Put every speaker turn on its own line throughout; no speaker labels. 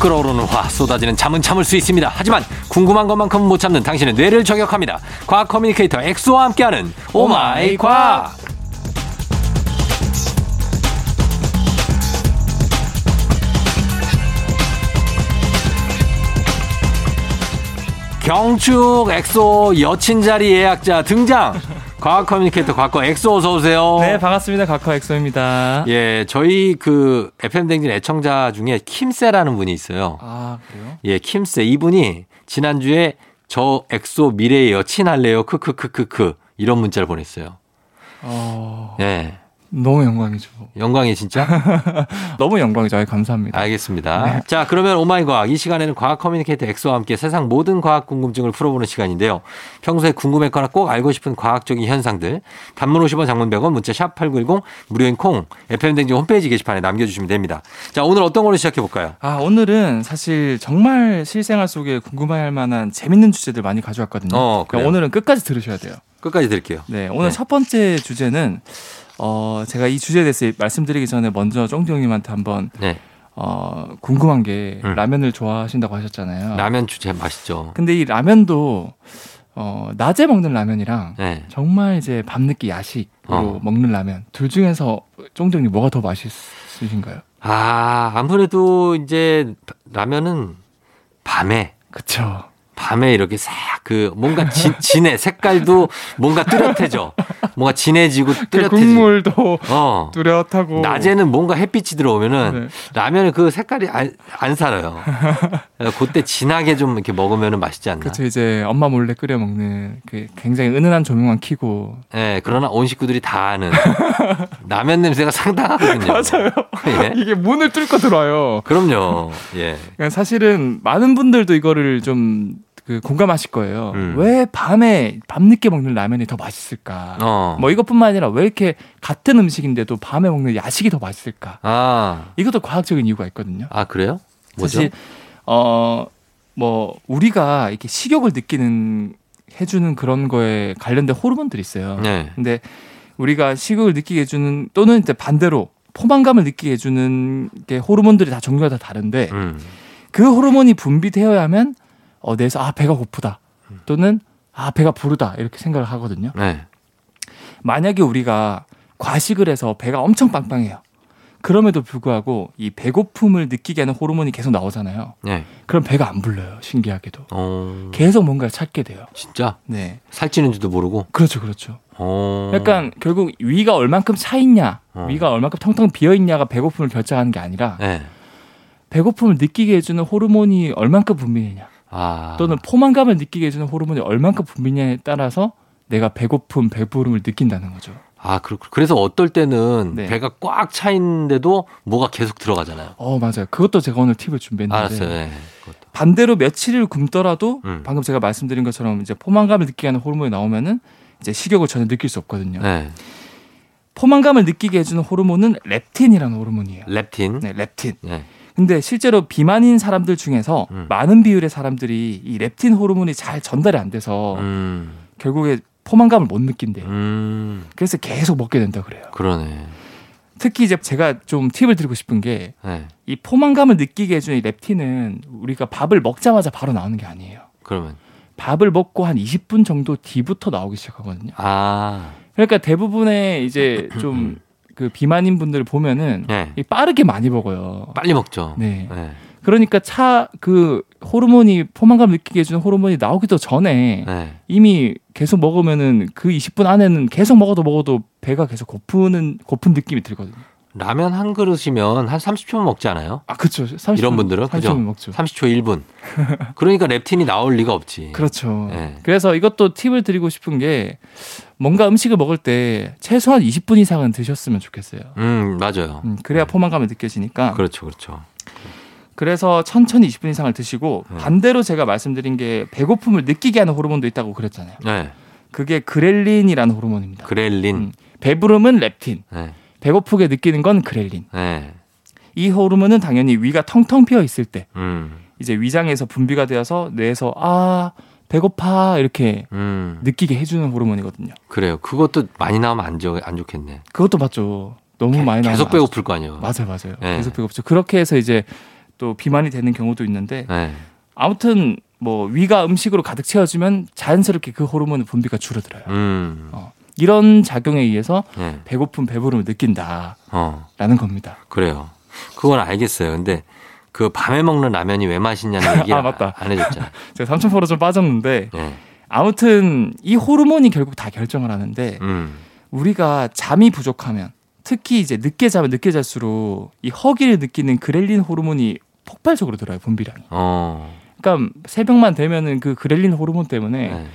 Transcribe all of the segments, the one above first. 끓어오르는 화 쏟아지는 잠은 참을 수 있습니다. 하지만 궁금한 것만큼 못 참는 당신의 뇌를 저격합니다. 과학 커뮤니케이터 엑소와 함께하는 오마이 과학. 경축 엑소 여친 자리 예약자 등장. 과학 커뮤니케이터 과거 엑소 어서 오세요.
네, 반갑습니다. 각화 엑소입니다.
예, 저희 그 FM 댕진 애청자 중에 킴세라는 분이 있어요.
아, 그래요?
예, 킴세 이분이 지난주에 저 엑소 미래의 여친 할래요. 크크크크크 이런 문자를 보냈어요.
어,
예.
너무 영광이죠.
영광이 진짜.
너무 영광이죠. 아이, 감사합니다.
알겠습니다. 자, 그러면 오마이 과학 이 시간에는 과학 커뮤니케이터 엑소와 함께 세상 모든 과학 궁금증을 풀어보는 시간인데요. 평소에 궁금했거나 꼭 알고 싶은 과학적인 현상들 단문 50원, 장문 100원, 문자 샵 #8910 무료인 콩 FM 댕진 홈페이지 게시판에 남겨주시면 됩니다. 자, 오늘 어떤 걸로 시작해 볼까요?
아, 오늘은 사실 정말 실생활 속에 궁금해할 만한 재밌는 주제들 많이 가져왔거든요.
어, 그래요?
그러니까 오늘은 끝까지 들으셔야 돼요.
끝까지 드릴게요.
네,
네.
오늘 첫 번째 주제는 어, 제가 이 주제에 대해서 말씀드리기 전에 먼저 쫑디 형님한테 한번
네.
어, 궁금한 게
음.
라면을 좋아하신다고 하셨잖아요.
라면 주제 맛있죠.
근데 이 라면도 어, 낮에 먹는 라면이랑
네.
정말 이제 밤늦게 야식으로
어.
먹는 라면 둘 중에서 쫑정님 뭐가 더 맛있으신가요?
아, 아무래도 이제 라면은 밤에
그쵸.
밤에 이렇게 싹 그 뭔가 진, 진해 색깔도 뭔가 뚜렷해져. 뭔가 진해지고
그
뚜렷해지.
국물도
어.
뚜렷하고
낮에는 뭔가 햇빛이 들어오면은
네.
라면의 그 색깔이 안, 안 살아요. 그러니까 그때 진하게 좀 이렇게 먹으면은 맛있지 않나.
그쵸 이제 엄마 몰래 끓여 먹는 그 굉장히 은은한 조명만 켜고
예, 그러나 온 식구들이 다 아는 라면 냄새가 상당하거든요. 맞아요. 예.
이게 문을 뚫고 들어와요.
그럼요. 예.
그러니까 사실은 많은 분들도 이거를 좀 그 공감하실 거예요.
음.
왜 밤에 밤늦게 먹는 라면이 더 맛있을까?
어.
뭐 이것뿐만 아니라 왜 이렇게 같은 음식인데도 밤에 먹는 야식이 더 맛있을까?
아.
이것도 과학적인 이유가 있거든요.
아 그래요? 뭐죠?
사실 어, 어뭐 우리가 이렇게 식욕을 느끼는 해주는 그런 거에 관련된 호르몬들이 있어요.
네.
근데 우리가 식욕을 느끼게 해주는 또는 이제 반대로 포만감을 느끼게 해주는 게 호르몬들이 다 종류가 다 다른데
음.
그 호르몬이 분비되어야만 어 내에서 아 배가 고프다
음.
또는 아 배가 부르다 이렇게 생각을 하거든요.
네.
만약에 우리가 과식을 해서 배가 엄청 빵빵해요. 그럼에도 불구하고 이 배고픔을 느끼게 하는 호르몬이 계속 나오잖아요.
네.
그럼 배가 안 불러요. 신기하게도.
어.
계속 뭔가를 찾게 돼요.
진짜
네.
살찌는 줄도 모르고.
그렇죠, 그렇죠.
어.
약간 결국 위가 얼만큼 차 있냐,
어.
위가 얼만큼 텅텅 비어 있냐가 배고픔을 결정하는 게 아니라
네.
배고픔을 느끼게 해주는 호르몬이 얼만큼 분비되냐,
아.
또는 포만감을 느끼게 해주는 호르몬이 얼만큼 분비냐에 따라서 내가 배고픔, 배부름을 느낀다는 거죠.
아 그렇. 그래서 어떨 때는
네.
배가 꽉 차 있는데도 뭐가 계속 들어가잖아요.
어, 맞아요. 그것도 제가 오늘 팁을 준비했는데
알았어요. 네. 그것도.
반대로 며칠을 굶더라도
음.
방금 제가 말씀드린 것처럼 이제 포만감을 느끼게 하는 호르몬이 나오면은 이제 식욕을 전혀 느낄 수 없거든요.
네.
포만감을 느끼게 해주는 호르몬은 렙틴이라는 호르몬이에요.
렙틴. 네.
네, 렙틴. 근데 실제로 비만인 사람들 중에서
음.
많은 비율의 사람들이 이 렙틴 호르몬이 잘 전달이 안 돼서
음.
결국에 포만감을 못 느낀대. 요
음.
그래서 계속 먹게 된다 그래요.
그러네.
특히 이제 제가 좀 팁을 드리고 싶은 게 이
네.
포만감을 느끼게 해주는 이 렙틴은 우리가 밥을 먹자마자 바로 나오는 게 아니에요.
그러면
밥을 먹고 한 20분 정도 뒤부터 나오기 시작하거든요.
아.
그러니까 대부분의 이제 좀 그 비만인 분들을 보면은
네.
이 빠르게 많이 먹어요.
빨리 먹죠.
네.
네.
그러니까 차 그 호르몬이 포만감 느끼게 해주는 호르몬이 나오기도 전에
네.
이미 계속 먹으면은 그 20분 안에는 계속 먹어도 먹어도 배가 계속 고프는 고픈 느낌이 들거든요.
라면 한 그릇이면 한 30초만 먹지 않아요?
아 그렇죠. 30분,
이런 분들은 그죠?
30분 먹죠. 예.
30초 1분. 그러니까 렙틴이 나올 리가 없지.
그렇죠.
네.
그래서 이것도 팁을 드리고 싶은 게 뭔가 음식을 먹을 때 최소한 20분 이상은 드셨으면 좋겠어요.
음, 맞아요.
음, 그래야 포만감이 느껴지니까.
그렇죠, 그렇죠.
그래서 천천히 20분 이상을 드시고
네.
반대로 제가 말씀드린 게 배고픔을 느끼게 하는 호르몬도 있다고 그랬잖아요.
네,
그게 그렐린이라는 호르몬입니다.
그렐린.
음. 배부름은 렙틴,
네,
배고프게 느끼는 건 그렐린.
네,
이 호르몬은 당연히 위가 텅텅 비어 있을 때
음,
이제 위장에서 분비가 되어서 뇌에서 아 배고파 이렇게
음,
느끼게 해주는 호르몬이거든요.
그래요. 그것도 많이 나오면 안, 좋, 안 좋겠네.
그것도 네, 맞죠. 너무 많이 나오면
계속
안 좋죠.
배고플 거 아니에요.
맞아요, 맞아요.
네.
계속 배고프죠. 그렇게 해서 이제 또 비만이 되는 경우도 있는데
네.
아무튼 뭐 위가 음식으로 가득 채워지면 자연스럽게 그 호르몬의 분비가 줄어들어요.
음.
이런 작용에 의해서
네.
배고픔 배부름을 느낀다라는
어.
겁니다.
그래요. 그건 알겠어요. 근데 그 밤에 먹는 라면이 왜 맛있냐는 얘기를
아, 맞다.
안 해줬잖아요.
제가 삼천포로 좀 빠졌는데
네.
아무튼 이 호르몬이 결국 다 결정을 하는데
음.
우리가 잠이 부족하면 특히 이제 늦게 자면 늦게 잘수록 이 허기를 느끼는 그렐린 호르몬이 폭발적으로 들어요 분비량이.
어.
그러니까 새벽만 되면은 그 그렐린 호르몬 때문에
네.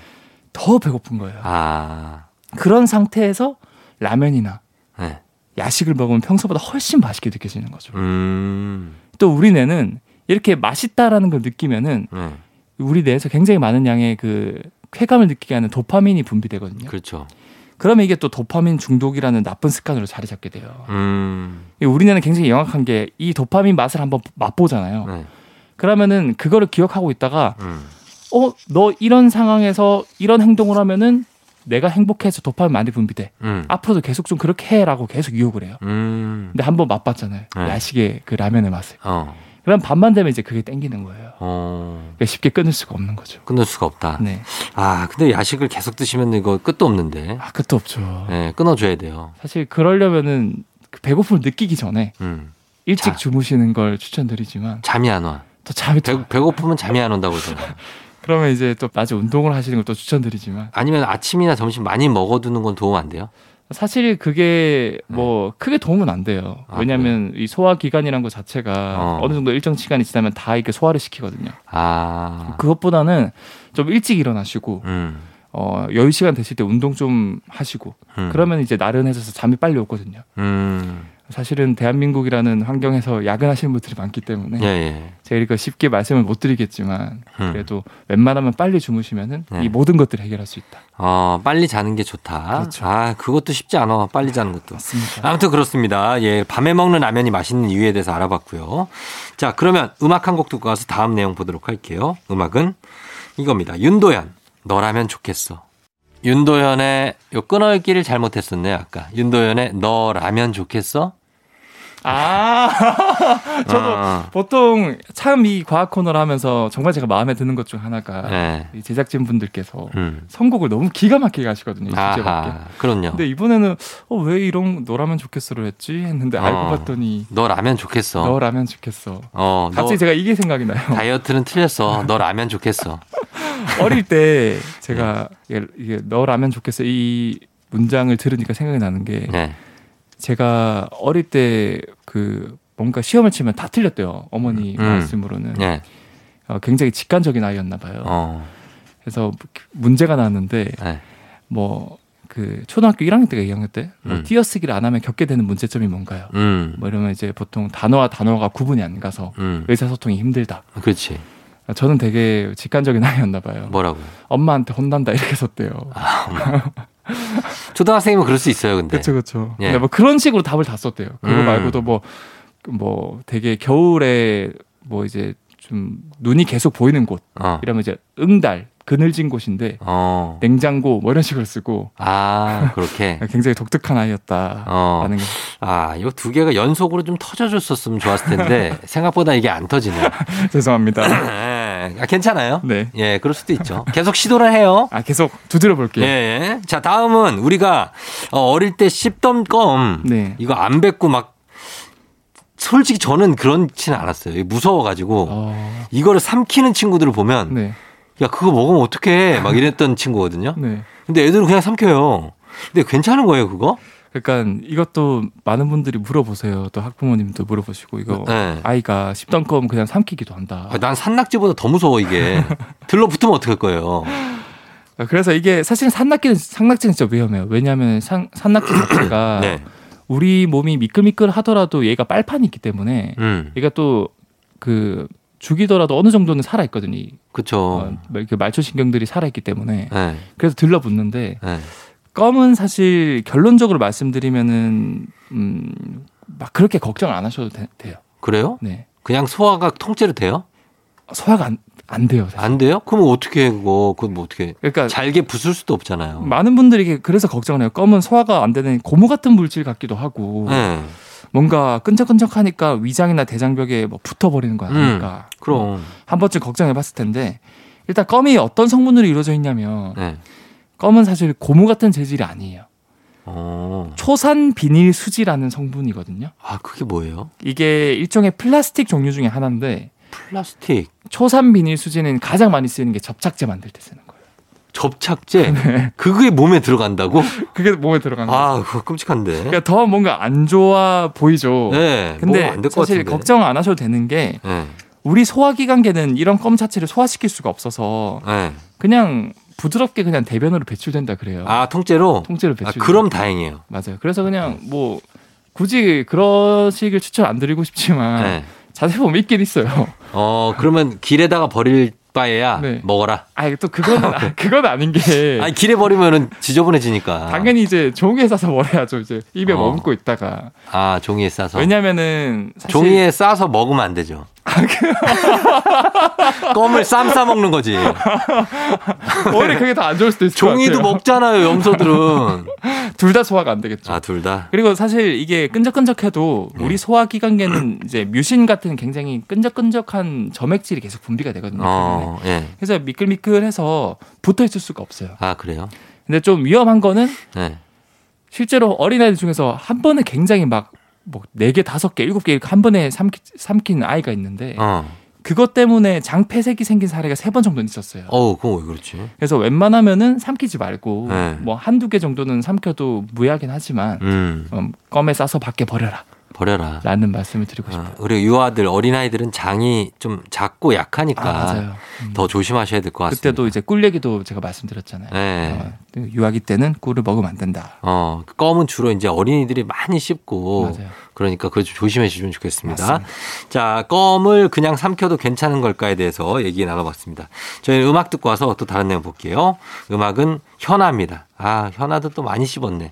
더 배고픈 거예요.
아.
그런 상태에서 라면이나
네.
야식을 먹으면 평소보다 훨씬 맛있게 느껴지는 거죠.
음.
또 우리 뇌는 이렇게 맛있다라는 걸 느끼면은
네.
우리 뇌에서 굉장히 많은 양의 그 쾌감을 느끼게 하는 도파민이 분비되거든요.
그렇죠.
그러면 이게 또 도파민 중독이라는 나쁜 습관으로 자리 잡게 돼요.
음.
이 우리 뇌는 굉장히 영악한 게 이 도파민 맛을 한번 맛보잖아요.
네.
그러면은 그거를 기억하고 있다가
음.
어 너 이런 상황에서 이런 행동을 하면은 내가 행복해서 도파민 많이 분비돼.
음.
앞으로도 계속 좀 그렇게 해라고 계속 유혹을 해요.
음.
근데 한번 맛봤잖아요.
네.
야식의 그 라면의 맛을.
어.
그럼 밤만 되면 이제 그게 땡기는 거예요.
어.
그러니까 쉽게 끊을 수가 없는 거죠.
끊을 수가 없다.
네.
아, 근데 야식을 계속 드시면 이거 끝도 없는데.
아, 끝도 없죠.
네, 끊어줘야 돼요.
사실 그러려면은 그 배고픔을 느끼기 전에
음.
일찍
자.
주무시는 걸 추천드리지만
잠이 안 와.
또 잠이 또
배, 배고프면 잠이 안 온다고 그러잖아요.
그러면 이제 또 낮에 운동을 하시는 걸 또 추천드리지만
아니면 아침이나 점심 많이 먹어두는 건 도움 안 돼요?
사실 그게 뭐 크게 도움은 안 돼요.
네. 아,
왜냐하면 이 소화 기관이란 것 자체가
어.
어. 느 정도 일정 시간이 지나면 다 이렇게 소화를 시키거든요.
아,
그것보다는 좀 일찍 일어나시고
음,
어, 여유 시간 되실 때 운동 좀 하시고
음,
그러면 이제 나른해져서 잠이 빨리 오거든요.
음,
사실은 대한민국이라는 환경에서 야근하시는 분들이 많기 때문에
예, 예,
제가 이거 쉽게 말씀을 못 드리겠지만
음.
그래도 웬만하면 빨리 주무시면은
네.
이 모든 것들을 해결할 수 있다.
어, 빨리 자는 게 좋다.
그렇죠.
아, 그것도 쉽지 않아. 빨리 자는 것도.
맞습니다.
아무튼 그렇습니다. 예, 밤에 먹는 라면이 맛있는 이유에 대해서 알아봤고요. 자, 그러면 음악 한 곡 듣고 가서 다음 내용 보도록 할게요. 음악은 이겁니다. 윤도현, 너라면 좋겠어. 윤도현의 요 끊어읽기를 잘못했었네요. 아까 윤도현의 너라면 좋겠어.
아 저도
아,
보통 참 이 과학 코너를 하면서 정말 제가 마음에 드는 것 중 하나가
예,
이 제작진 분들께서
음,
선곡을 너무 기가 막히게 하시거든요. 이 주제밖에.
아하, 그럼요.
음, 근데 이번에는 어, 왜 이런 너라면 좋겠어를 했지 했는데
어.
알고 봤더니
너 라면 좋겠어.
너라면 좋겠어.
어, 너
갑자기 제가 이게 생각이 나요.
다이어트는 틀렸어. 너 라면 좋겠어.
어릴 때 제가
네.
이게- 이게 너라면 좋겠어 이 문장을 들으니까 생각이 나는 게
네.
제가 어릴 때 그 뭔가 시험을 치면 다 틀렸대요 어머니
음.
말씀으로는
네.
어, 굉장히 직관적인 아이였나 봐요
어.
그래서 문제가 나왔는데
네.
뭐 그 초등학교 1학년 때가 2학년 때
음.
뭐 띄어쓰기를 안 하면 겪게 되는 문제점이 뭔가요
음.
뭐 이러면 이제 보통 단어와 단어가 구분이 안 가서
음.
의사소통이 힘들다
그렇지.
저는 되게 직관적인 아이였나 봐요
뭐라고? 아,
엄마한테 혼난다 이렇게 썼대요
초등학생이면 그럴 수 있어요, 근데.
그렇죠, 그렇죠.
예.
근데 뭐 그런 식으로 답을 다 썼대요. 그거
음.
말고도 뭐 뭐 되게 겨울에 뭐 이제 좀 눈이 계속 보이는 곳
어.
이러면 이제 응달 그늘진 곳인데
어.
냉장고 뭐 이런 식으로 쓰고
아, 그렇게.
굉장히 독특한 아이였다라는
어.
게
아, 이거 두 개가 연속으로 좀 터져줬었으면 좋았을 텐데, 생각보다 이게 안 터지네.
죄송합니다.
예. 아, 괜찮아요?
네.
예, 그럴 수도 있죠. 계속 시도를 해요.
아 계속 두드려 볼게요.
예. 자, 다음은 우리가 어, 어릴 때 씹던 껌
네.
이거 안 뱉고 막 솔직히 저는 그렇진 않았어요. 이게 무서워가지고
어.
이거를 삼키는 친구들을 보면
네.
야 그거 먹으면 어떡해 막 이랬던 친구거든요.
네.
근데 애들은 그냥 삼켜요. 근데 괜찮은 거예요 그거?
그러니까 이것도 많은 분들이 물어보세요. 또 학부모님도 물어보시고 이거
네.
아이가 씹던 껌 그냥 삼키기도 한다.
아, 난 산낙지보다 더 무서워 이게. 들러붙으면 어떡할 거예요.
아, 그래서 이게 사실은 산낙지는 산낙지는 진짜 위험해요. 왜냐하면 산, 산낙지 자체가
네.
우리 몸이 미끌미끌하더라도 얘가 빨판이 있기 때문에
음.
얘가 또 그 죽이더라도 어느 정도는 살아 있거든요. 이,
그쵸.
어, 그 말초 신경들이 살아 있기 때문에
네.
그래서 들러붙는데
네.
껌은 사실 결론적으로 말씀드리면은 음막 그렇게 걱정 안 하셔도 되- 돼요.
그래요?
네
그냥 소화가 통째로 돼요?
소화가 안, 안 돼요. 사실.
안 돼요? 그럼 어떻게 해 그거? 그건 뭐 어떻게? 해?
그러니까
잘게 부술 수도 없잖아요.
많은 분들이 그래서 걱정을 해요. 껌은 소화가 안 되는 고무 같은 물질 같기도 하고
네.
뭔가 끈적끈적하니까 위장이나 대장벽에 뭐 붙어버리는 거야. 그러니까
음, 그럼.
한 번쯤 걱정해봤을 텐데 일단 껌이 어떤 성분으로 이루어져 있냐면
네.
껌은 사실 고무 같은 재질이 아니에요.
어.
초산 비닐 수지라는 성분이거든요.
아, 그게 뭐예요?
이게 일종의 플라스틱 종류 중에 하나인데
플라스틱,
초산 비닐 수지는 가장 많이 쓰이는 게 접착제 만들 때 쓰는 거예요.
접착제.
네.
그게 몸에 들어간다고?
그게 몸에 들어간 거예요.
아, 그거 끔찍한데.
그러니까 더 뭔가 안 좋아 보이죠.
네.
근데
뭐안될 것
사실
같은데.
걱정 안 하셔도 되는 게
네.
우리 소화기관계는 이런 껌 자체를 소화시킬 수가 없어서
네.
그냥 부드럽게 그냥 대변으로 배출된다 그래요.
아, 통째로?
통째로
아,
배출.
그럼 다행이에요.
맞아요. 그래서 그냥 뭐 굳이 그러시길 추천 안 드리고 싶지만
네.
자세 보면 있긴 있어요.
어, 그러면 길에다가 버릴 바에야
네.
먹어라.
아니 또 그건 아, 그건 아닌 게
네. 아니, 길에 버리면은 지저분해지니까.
당연히 이제 종이에 싸서 버려야죠. 이제 입에
아. 어.
머금고 있다가
아, 종이에 싸서.
왜냐면은 사실 아,
종이에 싸서 먹으면 안 되죠. 껌을 쌈 싸먹는 거지.
오히려 그게 더 안 좋을 수도 있을
종이도
것 같아요.
먹잖아요, 염소들은.
그렇죠. 둘다 소화가 안 되겠죠.
아, 둘 다.
그리고 사실 이게 끈적끈적해도
네.
우리 소화기관계는 이제 뮤신 같은 굉장히 끈적끈적한 점액질이 계속 분비가 되거든요.
어, 예.
그래서 미끌미끌해서 붙어 있을 수가 없어요.
아, 그래요?
근데 좀 위험한 거는
네.
실제로 어린아이들 중에서 한 번에 굉장히 막 뭐 네 개, 다섯 개, 일곱 개 이렇게 한 번에 삼키, 삼킨 아이가 있는데
어.
그것 때문에 장폐색이 생긴 사례가 세 번 정도는 있었어요.
어우, 그건 왜 그렇지?
그래서 웬만하면은 삼키지 말고
네.
뭐 한두 개 정도는 삼켜도 무해하긴 하지만
음,
음, 껌에 싸서 밖에 버려라
버려라.
라는 말씀을 드리고 싶어요.
어, 우리 유아들, 어린아이들은 장이 좀 작고 약하니까
아, 맞아요. 음.
더 조심하셔야 될 것 같습니다.
그때도 이제 꿀 얘기도 제가 말씀드렸잖아요.
네.
어, 유아기 때는 꿀을 먹으면 안 된다.
어, 그 껌은 주로 이제 어린이들이 많이 씹고
맞아요.
그러니까 그걸 좀 조심해 주시면 좋겠습니다.
맞습니다.
자, 껌을 그냥 삼켜도 괜찮은 걸까에 대해서 얘기 나눠봤습니다. 저희 음악 듣고 와서 또 다른 내용 볼게요. 음악은 현아입니다. 아, 현아도 또 많이 씹었네.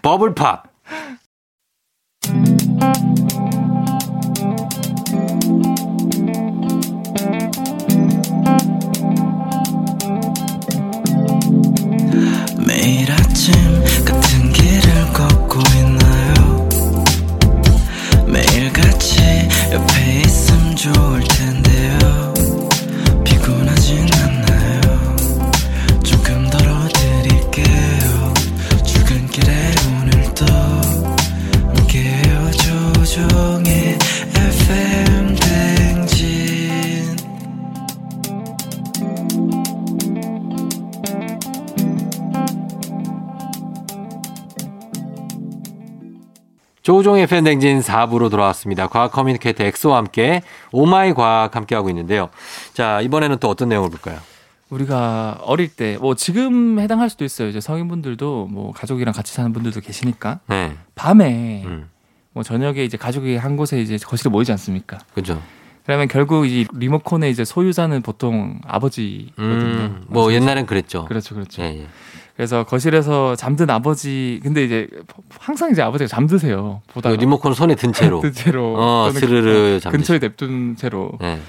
버블팝.
매일 아침 같은 길을 걷고 있나요 매일 같이 옆에 있음 좋을 텐데요 피곤하진 않나요 조금 덜어드릴게요 출근길에 오늘도 함께해요 조종의 FM 댕진
조종의 팬댕진 4부로 돌아왔습니다. 과학 커뮤니케이터 엑소와 함께 오마이 과학 함께하고 있는데요. 자, 이번에는 또 어떤 내용을 볼까요?
우리가 어릴 때 뭐 지금 해당할 수도 있어요. 이제 성인분들도 뭐 가족이랑 같이 사는 분들도 계시니까
네.
밤에
음,
뭐 저녁에 이제 가족이 한 곳에 이제 거실에 모이지 않습니까?
그죠.
그러면 결국 이 리모컨의 이제 소유자는 보통 아버지거든요.
음, 뭐 옛날엔 그랬죠.
그렇죠, 그렇죠.
예, 예.
그래서 거실에서 잠든 아버지, 근데 이제 항상 이제 아버지가 잠드세요.
그
보다가
리모컨 손에 든 채로.
든 채로
어,
또는
스르르 잠
근처에 냅둔 채로
네.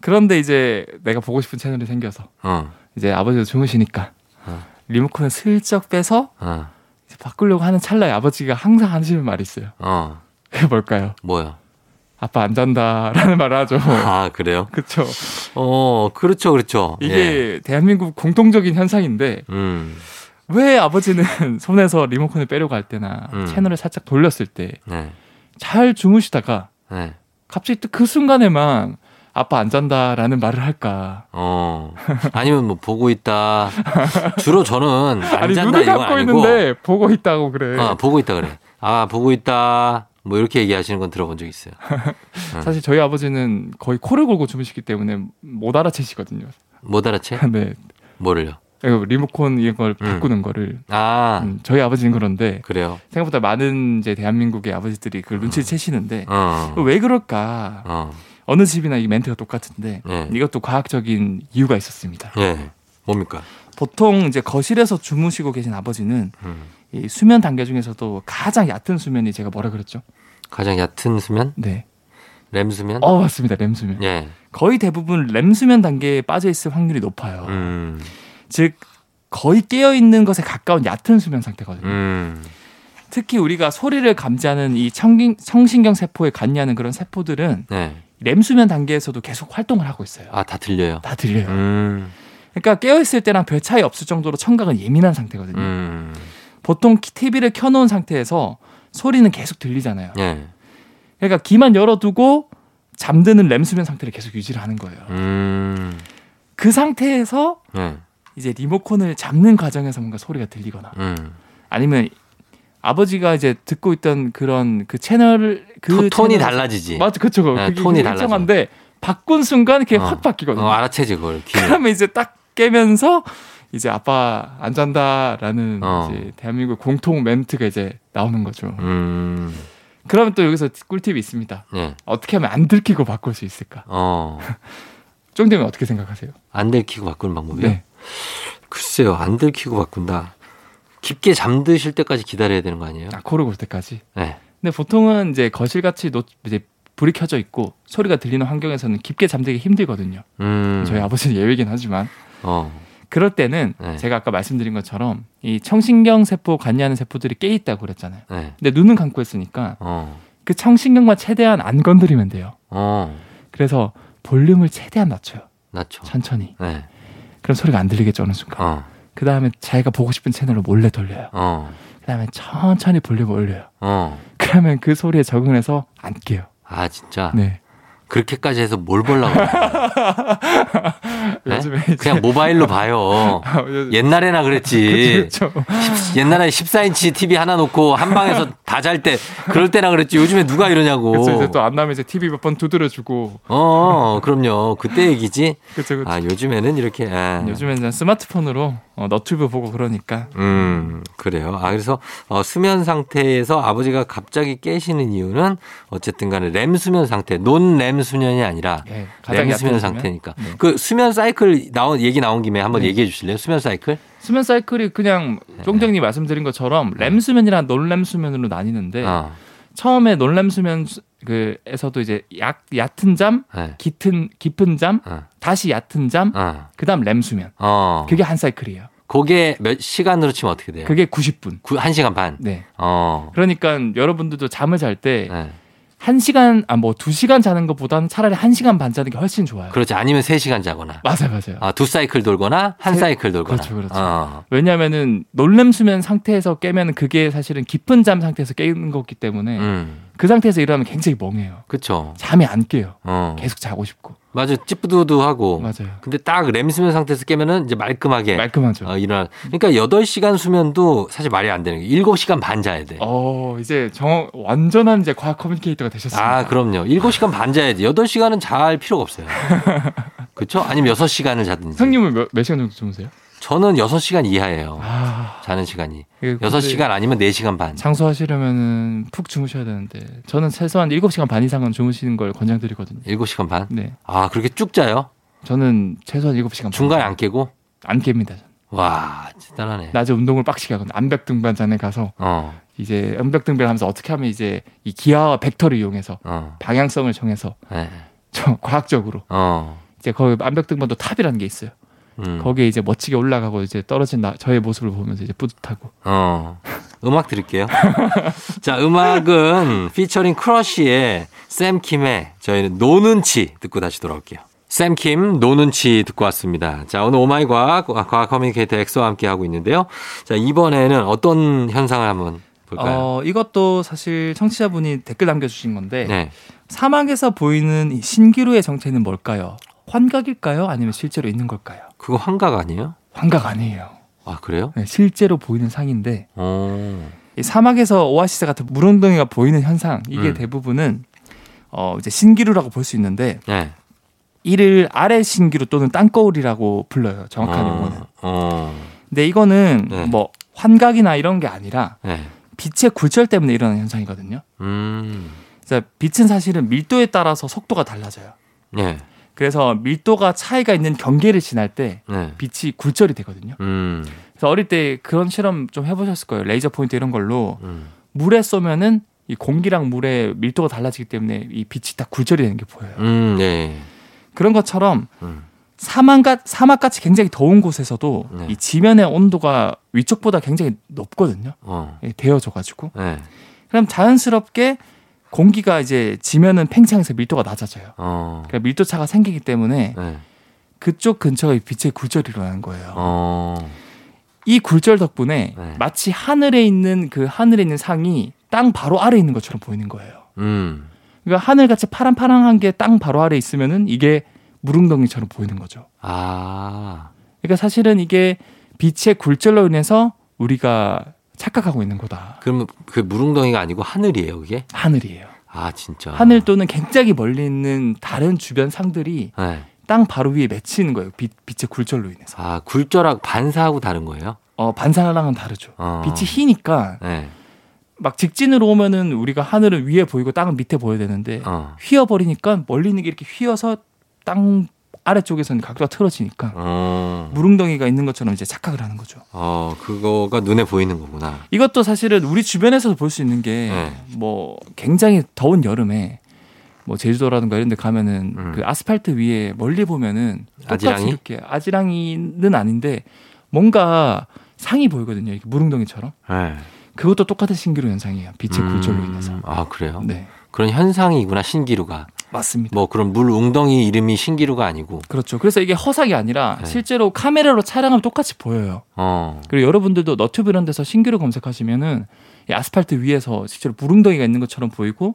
그런데 이제 내가 보고 싶은 채널이 생겨서
어,
이제 아버지도 주무시니까
어.
리모컨을 슬쩍 빼서
어,
이제 바꾸려고 하는 찰나에 아버지가 항상 하시는 말이 있어요.
어.
그게 뭘까요?
뭐야?
아빠 안 잔다라는 말을 하죠.
아, 그래요?
그렇죠.
어, 그렇죠, 그렇죠. 예.
이게 대한민국 공통적인 현상인데
음,
왜 아버지는 손에서 리모컨을 빼려고 할 때나
음.
채널을 살짝 돌렸을
네,
때 잘 주무시다가
네.
갑자기 또 그 순간에만 아빠 안 잔다라는 말을 할까?
어. 아니면 뭐 보고 있다. 주로 저는 안
아니
잔다
눈을
이건
감고
아니고.
있는데 보고 있다고 그래.
아, 보고 있다 그래. 아, 보고 있다. 뭐 이렇게 얘기하시는 건 들어본 적 있어요.
사실 저희 아버지는 거의 코를 골고 주무시기 때문에 못 알아채시거든요.
못 알아채?
네.
뭐를요?
이거 리모컨 이걸
음.
바꾸는 거를
아,
음, 저희 아버지는 그런데
그래요.
생각보다 많은 이제 대한민국의 아버지들이
음.
그걸 눈치를 채시는데
어.
왜 그럴까?
어.
어느 집이나 이 멘트가 똑같은데
네.
이것도 과학적인 이유가 있었습니다.
예. 뭡니까?
보통 이제 거실에서 주무시고 계신 아버지는
음.
이 수면 단계 중에서도 가장 얕은 수면이 제가 뭐라 그랬죠?
가장 얕은 수면?
네.
램 수면?
어, 맞습니다. 렘 수면.
예.
거의 대부분 렘 수면 단계에 빠져 있을 확률이 높아요.
음.
즉 거의 깨어 있는 것에 가까운 얕은 수면 상태거든요.
음.
특히 우리가 소리를 감지하는 이 청긴, 청신경 세포에 관여하는 그런 세포들은
네.
렘수면 단계에서도 계속 활동을 하고 있어요.
아, 다 들려요.
다 들려요.
음.
그러니까 깨어있을 때랑 별 차이 없을 정도로 청각은 예민한 상태거든요.
음.
보통 TV를 켜놓은 상태에서 소리는 계속 들리잖아요.
예.
그러니까 귀만 열어두고 잠드는 렘수면 상태를 계속 유지를 하는 거예요.
음.
그 상태에서
예.
이제 리모컨을 잡는 과정에서 뭔가 소리가 들리거나
음.
아니면 아버지가 이제 듣고 있던 그런 그 채널 그
토, 톤이
채널-
달라지지.
맞아 그쵸 그
네,
그게
톤이
일정한데 바꾼 순간 그게
어.
확 바뀌거든요.
어, 알아채지 그걸. 귀.
그러면 이제 딱 깨면서 이제 아빠 안 잔다라는
어.
이제 대한민국 공통 멘트가 이제 나오는 거죠.
음.
그러면 또 여기서 꿀팁이 있습니다.
예.
어떻게 하면 안 들키고 바꿀 수 있을까?
어.
쫑대면 어떻게 생각하세요? 네.
안 들키고 바꾸는 방법이요? 글쎄요. 안 들키고 바꾼다. 깊게 잠드실 때까지 기다려야 되는 거 아니에요?
아, 코를 골 때까지.
네.
근데 보통은 이제 거실같이 노, 이제 불이 켜져 있고 소리가 들리는 환경에서는 깊게 잠들기 힘들거든요.
음.
저희 아버지는 예외긴 하지만
어.
그럴 때는
네.
제가 아까 말씀드린 것처럼 이 청신경 세포 관여하는 세포들이 깨 있다고 그랬잖아요.
네.
근데 눈은 감고 있으니까
어.
그 청신경만 최대한 안 건드리면 돼요.
어.
그래서 볼륨을 최대한 낮춰요.
낮춰.
천천히.
네.
그럼 소리가 안 들리겠죠 어느 순간.
어.
그 다음에 자기가 보고 싶은 채널로 몰래 돌려요.
어.
그 다음에 천천히 볼륨을 올려요.
어.
그러면 그 소리에 적응해서 안 깨요.
아, 진짜.
네.
그렇게까지 해서 뭘 보려고. 그래요? 네?
요즘에 이제
그냥 모바일로 봐요.
아, 요즘-
옛날에나 그랬지.
그렇죠.
옛날에 14인치 TV 하나 놓고 한 방에서 다 잘 때, 그럴 때나 그랬지. 요즘에 누가 이러냐고.
그렇죠. 이제 또 안 나면 이제 TV 몇 번 두드려주고.
어, 어, 그럼요. 그때 얘기지.
그렇죠. 그렇죠.
아, 요즘에는 이렇게. 아.
요즘에 이제 스마트폰으로 어, 너튜브 보고 그러니까.
음, 그래요. 아, 그래서, 어, 수면 상태에서 아버지가 갑자기 깨시는 이유는 어쨌든 간에 렘 수면 상태, 논 렘 수면이 아니라
예, 가장
렘 수면
얕은
상태니까.
네.
그 수면 사이클 나온, 얘기 나온 김에 한번
네.
얘기해 주실래요? 수면 사이클?
수면 사이클이 그냥
네.
쫑장님 말씀드린 것처럼 램 수면이랑 논램 수면으로 나뉘는데
어,
처음에 논램 수면 수- 그에서도 이제 약 얕은 잠,
네.
깊은 깊은 잠,
어,
다시 얕은 잠,
어,
그다음 램 수면.
어. 예.
그게 한 사이클이에요.
그게 몇 시간으로 치면 어떻게 돼요?
그게 90분.
구, 한 시간 반.
네.
어.
그러니까 여러분들도 잠을 잘 때 한
네.
시간 아 뭐 두 시간 자는 것보다는 차라리 한 시간 반 자는 게 훨씬 좋아요.
그렇지. 아니면 세시간 자거나.
맞아요, 맞아요.
아, 두 사이클 돌거나 한
세-
사이클 돌거나.
그렇죠, 그렇죠.
어.
왜냐면은 놀램 수면 상태에서 깨면 그게 사실은 깊은 잠 상태에서 깨는 거기 때문에
음.
그 상태에서 일어나면 굉장히 멍해요.
그렇죠.
잠이 안 깨요.
어.
계속 자고 싶고.
맞아. 찌뿌두두하고.
맞아요.
근데 딱 렘수면 상태에서 깨면은 이제 말끔하게
말끔하죠.
어, 일어나. 그러니까 8시간 수면도 사실 말이 안 되는 게 7시간 반 자야 돼.
어, 이제 정 완전한 이제 과학 커뮤니케이터가 되셨습니다.
아, 그럼요. 7시간 반 자야 돼. 8시간은 잘 필요가 없어요. 그렇죠? 아니면 6시간을 자든지.
형님은 몇, 몇 시간 정도 주무세요?
저는 6시간 이하예요.
아,
자는 시간이.
이게 근데
6시간 아니면 4시간 반.
장수하시려면은 푹 주무셔야 되는데 저는 최소한 7시간 반 이상은 주무시는 걸 권장드리거든요.
7시간 반?
네.
아, 그렇게 쭉 자요?
저는 최소한 7시간 반.
중간에 안 깨고?
안 깹니다. 저는.
와, 대단하네.
낮에 운동을 빡시게 하거든요. 암벽 등반장에 가서
어,
이제 암벽 등반하면서 어떻게 하면 이제 이 기하와 벡터를 이용해서
어,
방향성을 정해서
네,
좀 과학적으로
어.
이제 거기 암벽 등반도 탑이라는 게 있어요.
음,
거기에 이제 멋지게 올라가고 이제 떨어진 나, 저의 모습을 보면서 이제 뿌듯하고
어. 음악 들을게요. 자, 음악은 피처링 크러쉬의 샘킴의 저희는 노는 치 듣고 다시 돌아올게요. 샘킴 노는 치 듣고 왔습니다. 자, 오늘 오마이 과학, 과학 커뮤니케이터 엑소와 함께 하고 있는데요. 자, 이번에는 어떤 현상을 한번 볼까요?
어, 이것도 사실 청취자분이 댓글 남겨주신 건데
네.
사막에서 보이는 이 신기루의 정체는 뭘까요? 환각일까요? 아니면 실제로 있는 걸까요?
그거 환각 아니에요?
환각 아니에요.
아, 그래요?
네, 실제로 보이는 상인데
어,
이 사막에서 오아시스 같은 물웅덩이가 보이는 현상 이게
음.
대부분은 어, 이제 신기루라고 볼 수 있는데
네.
이를 아래 신기루 또는 땅거울이라고 불러요. 정확한 용어는.
어, 어,
근데 이거는
네.
뭐 환각이나 이런 게 아니라
네.
빛의 굴절 때문에 일어나는 현상이거든요.
음,
그래서 빛은 사실은 밀도에 따라서 속도가 달라져요.
네.
그래서 밀도가 차이가 있는 경계를 지날 때
네.
빛이 굴절이 되거든요.
음,
그래서 어릴 때 그런 실험 좀 해보셨을 거예요. 레이저 포인트 이런 걸로
음.
물에 쏘면은 이 공기랑 물의 밀도가 달라지기 때문에 이 빛이 딱 굴절이 되는 게 보여요.
음, 네.
그런 것처럼
음.
사막같 사막같이 굉장히 더운 곳에서도
네.
이 지면의 온도가 위쪽보다 굉장히 높거든요.
어.
예, 데워져가지고
네.
그럼 자연스럽게 공기가 이제 지면은 팽창해서 밀도가 낮아져요.
어.
그러니까 밀도 차가 생기기 때문에
네.
그쪽 근처가 빛의 굴절이 일어나는 거예요.
어.
이 굴절 덕분에
네.
마치 하늘에 있는 그 하늘에 있는 상이 땅 바로 아래 있는 것처럼 보이는 거예요.
음.
그러니까 하늘같이 파랑파랑한 게 땅 바로 아래 있으면은 이게 무릉덩이처럼 보이는 거죠.
아.
그러니까 사실은 이게 빛의 굴절로 인해서 우리가 착각하고 있는 거다.
그럼 그 무릉덩이가 아니고 하늘이에요, 그게?
하늘이에요.
아, 진짜.
하늘 또는 굉장히 멀리 있는 다른 주변 상들이
네.
땅 바로 위에 맺히는 거예요. 빛, 빛의 굴절로 인해서.
아, 굴절하고 반사하고 다른 거예요?
어, 반사랑은 다르죠.
어.
빛이 희니까
네.
막 직진으로 오면은 우리가 하늘은 위에 보이고 땅은 밑에 보여야 되는데
어.
휘어버리니까 멀리 있는 게 이렇게 휘어서 땅 아래쪽에서는 각도가 틀어지니까
어.
무릉덩이가 있는 것처럼 이제 착각을 하는 거죠.
어, 그거가 눈에 보이는 거구나.
이것도 사실은 우리 주변에서도 볼 수 있는 게
네.
뭐 굉장히 더운 여름에 뭐 제주도라든가 이런 데 가면은
음.
그 아스팔트 위에 멀리 보면은 똑같이
아지랑이?
이렇게 아지랑이는 아닌데 뭔가 상이 보이거든요. 이렇게 무릉덩이처럼.
네.
그것도 똑같은 신기루 현상이에요. 빛의 굴절로 인해서.
아, 그래요?
네.
그런 현상이구나, 신기루가.
맞습니다.
뭐 그런 물 웅덩이 이름이 신기루가 아니고.
그렇죠. 그래서 이게 허상이 아니라
네.
실제로 카메라로 촬영하면 똑같이 보여요.
어.
그리고 여러분들도 너튜브 이런 데서 신규로 검색하시면은 이 아스팔트 위에서 실제로 무릉덩이가 있는 것처럼 보이고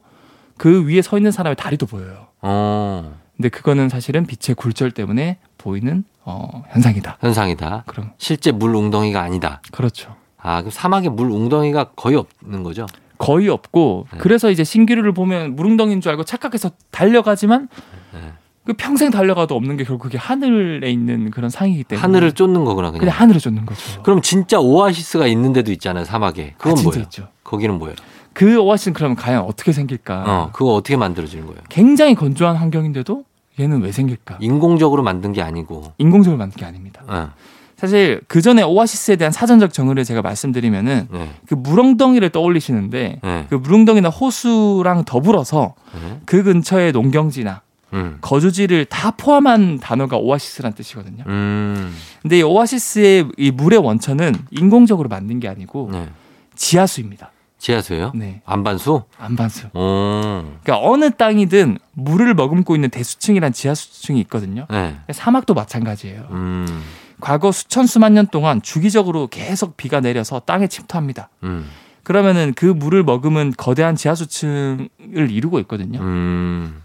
그 위에 서 있는 사람의 다리도 보여요.
어.
근데 그거는 사실은 빛의 굴절 때문에 보이는 어, 현상이다.
현상이다.
그럼
실제 물 웅덩이가 아니다.
그렇죠.
아, 그럼 사막에 물 웅덩이가 거의 없는 거죠?
거의 없고
네.
그래서 이제 신기루를 보면 무릉덩이인 줄 알고 착각해서 달려가지만
네.
그 평생 달려가도 없는 게 결국 그게 하늘에 있는 그런 상이기 때문에
하늘을 쫓는 거구나, 그냥.
그냥 하늘을 쫓는 거죠.
그럼 진짜 오아시스가 있는 데도 있잖아요, 사막에.
아,
그건
진짜
뭐예요?
있죠.
거기는 뭐예요?
그 오아시스는 그럼 과연 어떻게 생길까?
어, 그거 어떻게 만들어지는 거예요?
굉장히 건조한 환경인데도 얘는 왜 생길까?
인공적으로 만든 게 아니고.
인공적으로 만든 게 아닙니다.
어,
사실 그 전에 오아시스에 대한 사전적 정의를 제가 말씀드리면은
네.
그 무릉덩이를 떠올리시는데
네.
그 무릉덩이나 호수랑 더불어서
네.
그 근처의 농경지나
음.
거주지를 다 포함한 단어가 오아시스란 뜻이거든요.
음.
근데 이 오아시스의 이 물의 원천은 인공적으로 만든 게 아니고
네.
지하수입니다.
지하수예요?
네,
안반수?
안반수.
어.
그러니까 어느 땅이든 물을 머금고 있는 대수층이란 지하수층이 있거든요.
네.
사막도 마찬가지예요.
음.
과거 수천 수만 년 동안 주기적으로 계속 비가 내려서 땅에 침투합니다.
음.
그러면은 그 물을 머금은 거대한 지하수층을 이루고 있거든요.
음.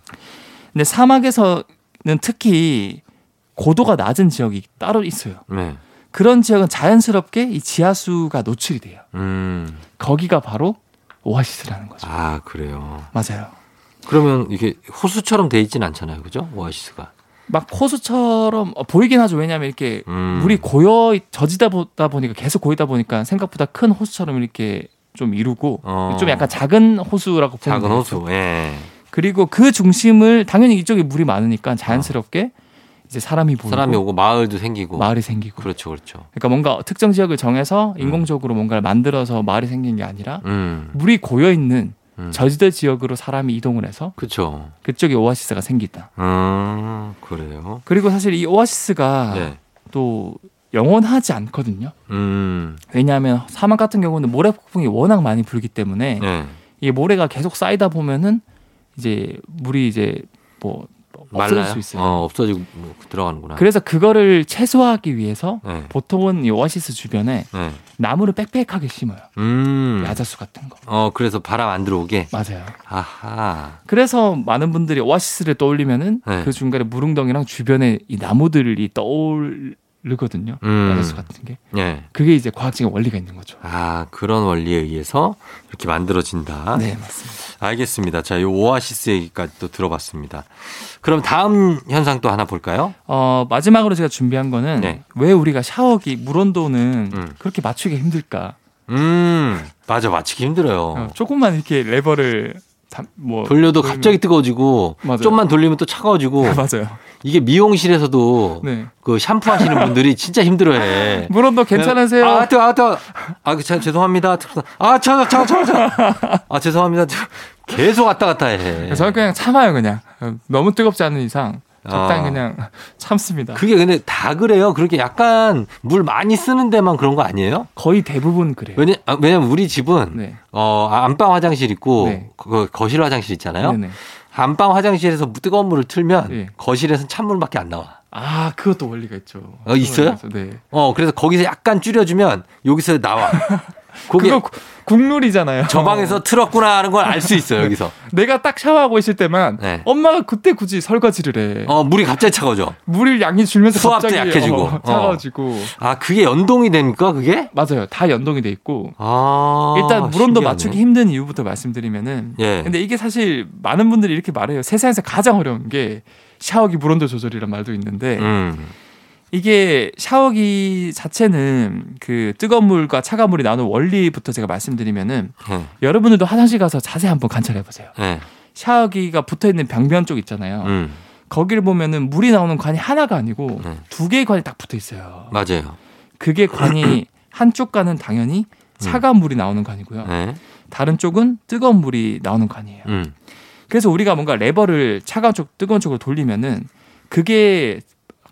근데 사막에서는 특히 고도가 낮은 지역이 따로 있어요.
네.
그런 지역은 자연스럽게 이 지하수가 노출이 돼요.
음.
거기가 바로 오아시스라는 거죠.
아, 그래요.
맞아요.
그러면 이게 호수처럼 돼 있진 않잖아요. 그죠? 오아시스가.
막 호수처럼 어, 보이긴 하죠. 왜냐하면 이렇게
음.
물이 고여 젖이다 보다 보니까 계속 고이다 보니까 생각보다 큰 호수처럼 이렇게 좀 이루고
어.
좀 약간 작은 호수라고 보면
작은
되겠죠.
호수. 예.
그리고 그 중심을 당연히 이쪽에 물이 많으니까 자연스럽게 이제 사람이 보이고
사람이 오고 마을도 생기고.
마을이 생기고
그렇죠. 그렇죠.
그러니까 뭔가 특정 지역을 정해서 인공적으로 뭔가를 만들어서 마을이 생긴 게 아니라
음.
물이 고여 있는
음.
저지대 지역으로 사람이 이동을 해서
그렇죠.
그쪽에 오아시스가 생기다.
음. 그래요.
그리고 사실 이 오아시스가
네.
또 영원하지 않거든요.
음.
왜냐하면 사막 같은 경우는 모래 폭풍이 워낙 많이 불기 때문에
네.
이게 모래가 계속 쌓이다 보면은 이제 물이 이제 뭐 없어질
말라요.
수 있어요.
어, 없어지고 뭐 들어가는구나.
그래서 그거를 최소화하기 위해서
네.
보통은 이 오아시스 주변에
네.
나무를 빽빽하게 심어요.
음.
야자수 같은 거.
어, 그래서 바람 안 들어오게.
맞아요.
아하.
그래서 많은 분들이 오아시스를 떠올리면은
네.
그 중간에 무릉덩이랑 주변에 이 나무들이 떠오르거든요.
음.
야자수 같은 게.
예.
그게 이제 과학적인 원리가 있는 거죠.
아, 그런 원리에 의해서 이렇게 만들어진다.
네, 맞습니다.
알겠습니다. 자, 이 오아시스 얘기까지 또 들어봤습니다. 그럼 다음 현상 또 하나 볼까요?
어, 마지막으로 제가 준비한 거는
네.
왜 우리가 샤워기 물 온도는
음.
그렇게 맞추기 힘들까?
음, 맞아. 맞히기
어,
힘들어요.
조금만 이렇게 레버를 다- 뭐
돌려도
돌리면-
갑자기 뜨거워지고,
맞아요.
좀만 돌리면 또 차가워지고,
맞아요.
이게 미용실에서도
네.
그 샴푸 하시는 분들이 진짜 힘들어해.
물 온도 괜찮으세요? 네.
아, 뜨, 아, 뜨. 아, 그, 자, 죄송합니다. 아, 차, 차, 차, 차. 아, 죄송합니다. 계속 왔다 갔다 해.
네, 저는 그냥 참아요 그냥 너무 어, 뜨겁지 않은 이상 적당히
아.
그냥 참습니다.
그게 근데 다 그래요. 그렇게 약간 물 많이 쓰는 데만 그런 거 아니에요?
거의 대부분 그래요.
왜냐, 아, 왜냐면 우리 집은
네.
어, 안방 화장실 있고
네.
그 거실 화장실 있잖아요.
네네.
안방 화장실에서 뜨거운 물을 틀면
예.
거실에서는 찬물밖에 안 나와.
아, 그것도 원리가 있죠.
어, 있어요?
네.
어, 그래서 거기서 약간 줄여주면 여기서 나와. 그게
그거 그- 어. 구- 국룰이잖아요.
저 방에서 틀었구나 하는 걸 알 수 있어요, 여기서.
내가 딱 샤워하고 있을 때만
네.
엄마가 그때 굳이 설거지를 해.
어, 물이 갑자기 차가워져.
물을 양이 줄면서
수압도
갑자기
약해지고.
어, 차가워지고.
아, 그게 연동이 됩니까, 그게?
맞아요. 다 연동이 돼 있고.
아.
일단 물 온도
신기하네.
맞추기 힘든 이유부터 말씀드리면은
예.
근데 이게 사실 많은 분들이 이렇게 말해요. 세상에서 가장 어려운 게 샤워기 물 온도 조절이란 말도 있는데
음.
이게 샤워기 자체는 그 뜨거운 물과 차가운 물이 나오는 원리부터 제가 말씀드리면은
예.
여러분들도 화장실 가서 자세히 한번 관찰해 보세요.
예.
샤워기가 붙어 있는 벽면 쪽 있잖아요.
음.
거기를 보면은 물이 나오는 관이 하나가 아니고
음.
두 개의 관이 딱 붙어 있어요.
맞아요.
그게 관이 한쪽 관은 당연히
음.
차가운 물이 나오는 관이고요.
예.
다른 쪽은 뜨거운 물이 나오는 관이에요.
음.
그래서 우리가 뭔가 레버를 차가운 쪽, 뜨거운 쪽으로 돌리면은 그게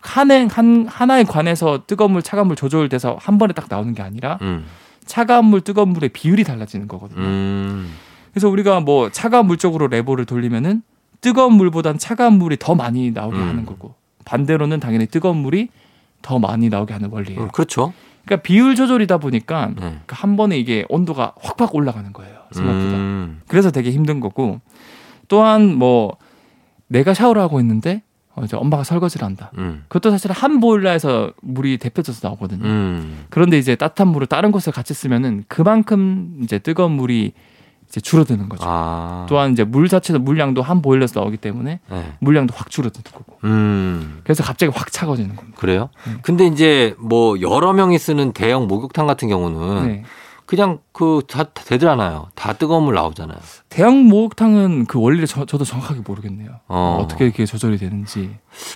한행 한 하나의 관에서 뜨거운 물, 차가운 물 조절돼서 한 번에 딱 나오는 게 아니라
음.
차가운 물, 뜨거운 물의 비율이 달라지는 거거든요.
음.
그래서 우리가 뭐 차가운 물 쪽으로 레버를 돌리면은 뜨거운 물보단 차가운 물이 더 많이 나오게
음.
하는 거고 반대로는 당연히 뜨거운 물이 더 많이 나오게 하는 원리예요.
음, 그렇죠.
그러니까 비율 조절이다 보니까
예.
그한 번에 이게 온도가 확확 올라가는 거예요. 생각보다.
음.
그래서 되게 힘든 거고 또한 뭐 내가 샤워를 하고 있는데 어, 이제 엄마가 설거지를 한다.
음.
그것도 사실 한 보일러에서 물이 데펴져서 나오거든요.
음.
그런데 이제 따뜻한 물을 다른 곳에 같이 쓰면은 그만큼 이제 뜨거운 물이 이제 줄어드는 거죠.
아.
그렇죠. 또한 이제 물 자체도 물량도 한 보일러에서 나오기 때문에
예.
물량도 확 줄어드는 거고.
음.
그래서 갑자기 확 차가워지는 겁니다.
그래요?
네.
근데 이제 뭐 여러 명이 쓰는 대형 목욕탕 같은 경우는
네.
그냥 그 다 되잖아요. 다 뜨거운 물 나오잖아요.
대형 목욕탕은 그 원리를 저, 도 정확하게 모르겠네요.
어.
떻게 이렇게 조절이 되는지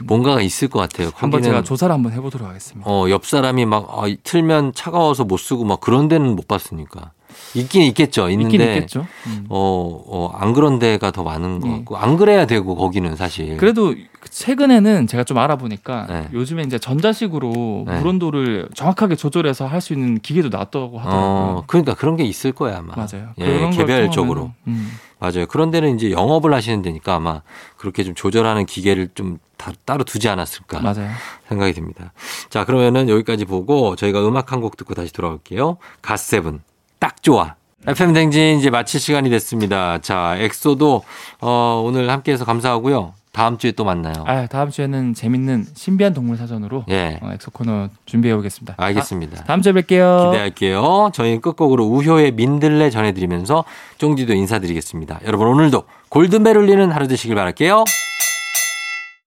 뭔가가 있을 것 같아요.
한번 제가
거기는
조사를 한번 해보도록 하겠습니다.
어, 옆 사람이 막 아, 이 틀면 차가워서 못 쓰고 막 그런 데는 못 봤으니까. 있긴 있겠죠. 있는데
있긴 있겠죠. 음.
어, 어, 안 그런 데가 더 많은 것
예.
같고 안 그래야 되고 거기는 사실.
그래도 최근에는 제가 좀 알아보니까
네.
요즘에 이제 전자식으로
네.
물 온도를 정확하게 조절해서 할 수 있는 기계도 나왔다고 하더라고요.
어, 그러니까 그런 게 있을 거야, 아마.
네. 맞아요.
예,
그런 걸
개별적으로.
통하면은, 음,
맞아요. 그런 데는 이제 영업을 하시는 데니까 아마 그렇게 좀 조절하는 기계를 좀 다- 따로 두지 않았을까
맞아요.
생각이 듭니다. 자, 그러면은 여기까지 보고 저희가 음악 한 곡 듣고 다시 돌아올게요. 갓세븐. 딱 좋아. FM 댕진 이제 마칠 시간이 됐습니다. 자, 엑소도 어, 오늘 함께 해서 감사하고요. 다음 주에 또 만나요.
아, 다음 주에는 재밌는 신비한 동물 사전으로
어. 예.
어, 엑소 코너 준비해 오겠습니다. 아,
알겠습니다.
다음 주에 뵐게요.
기대할게요. 저희 끝곡으로 우효의 민들레 전해드리면서 쫑디도 인사드리겠습니다. 여러분 오늘도 골든벨 울리는 하루 되시길 바랄게요.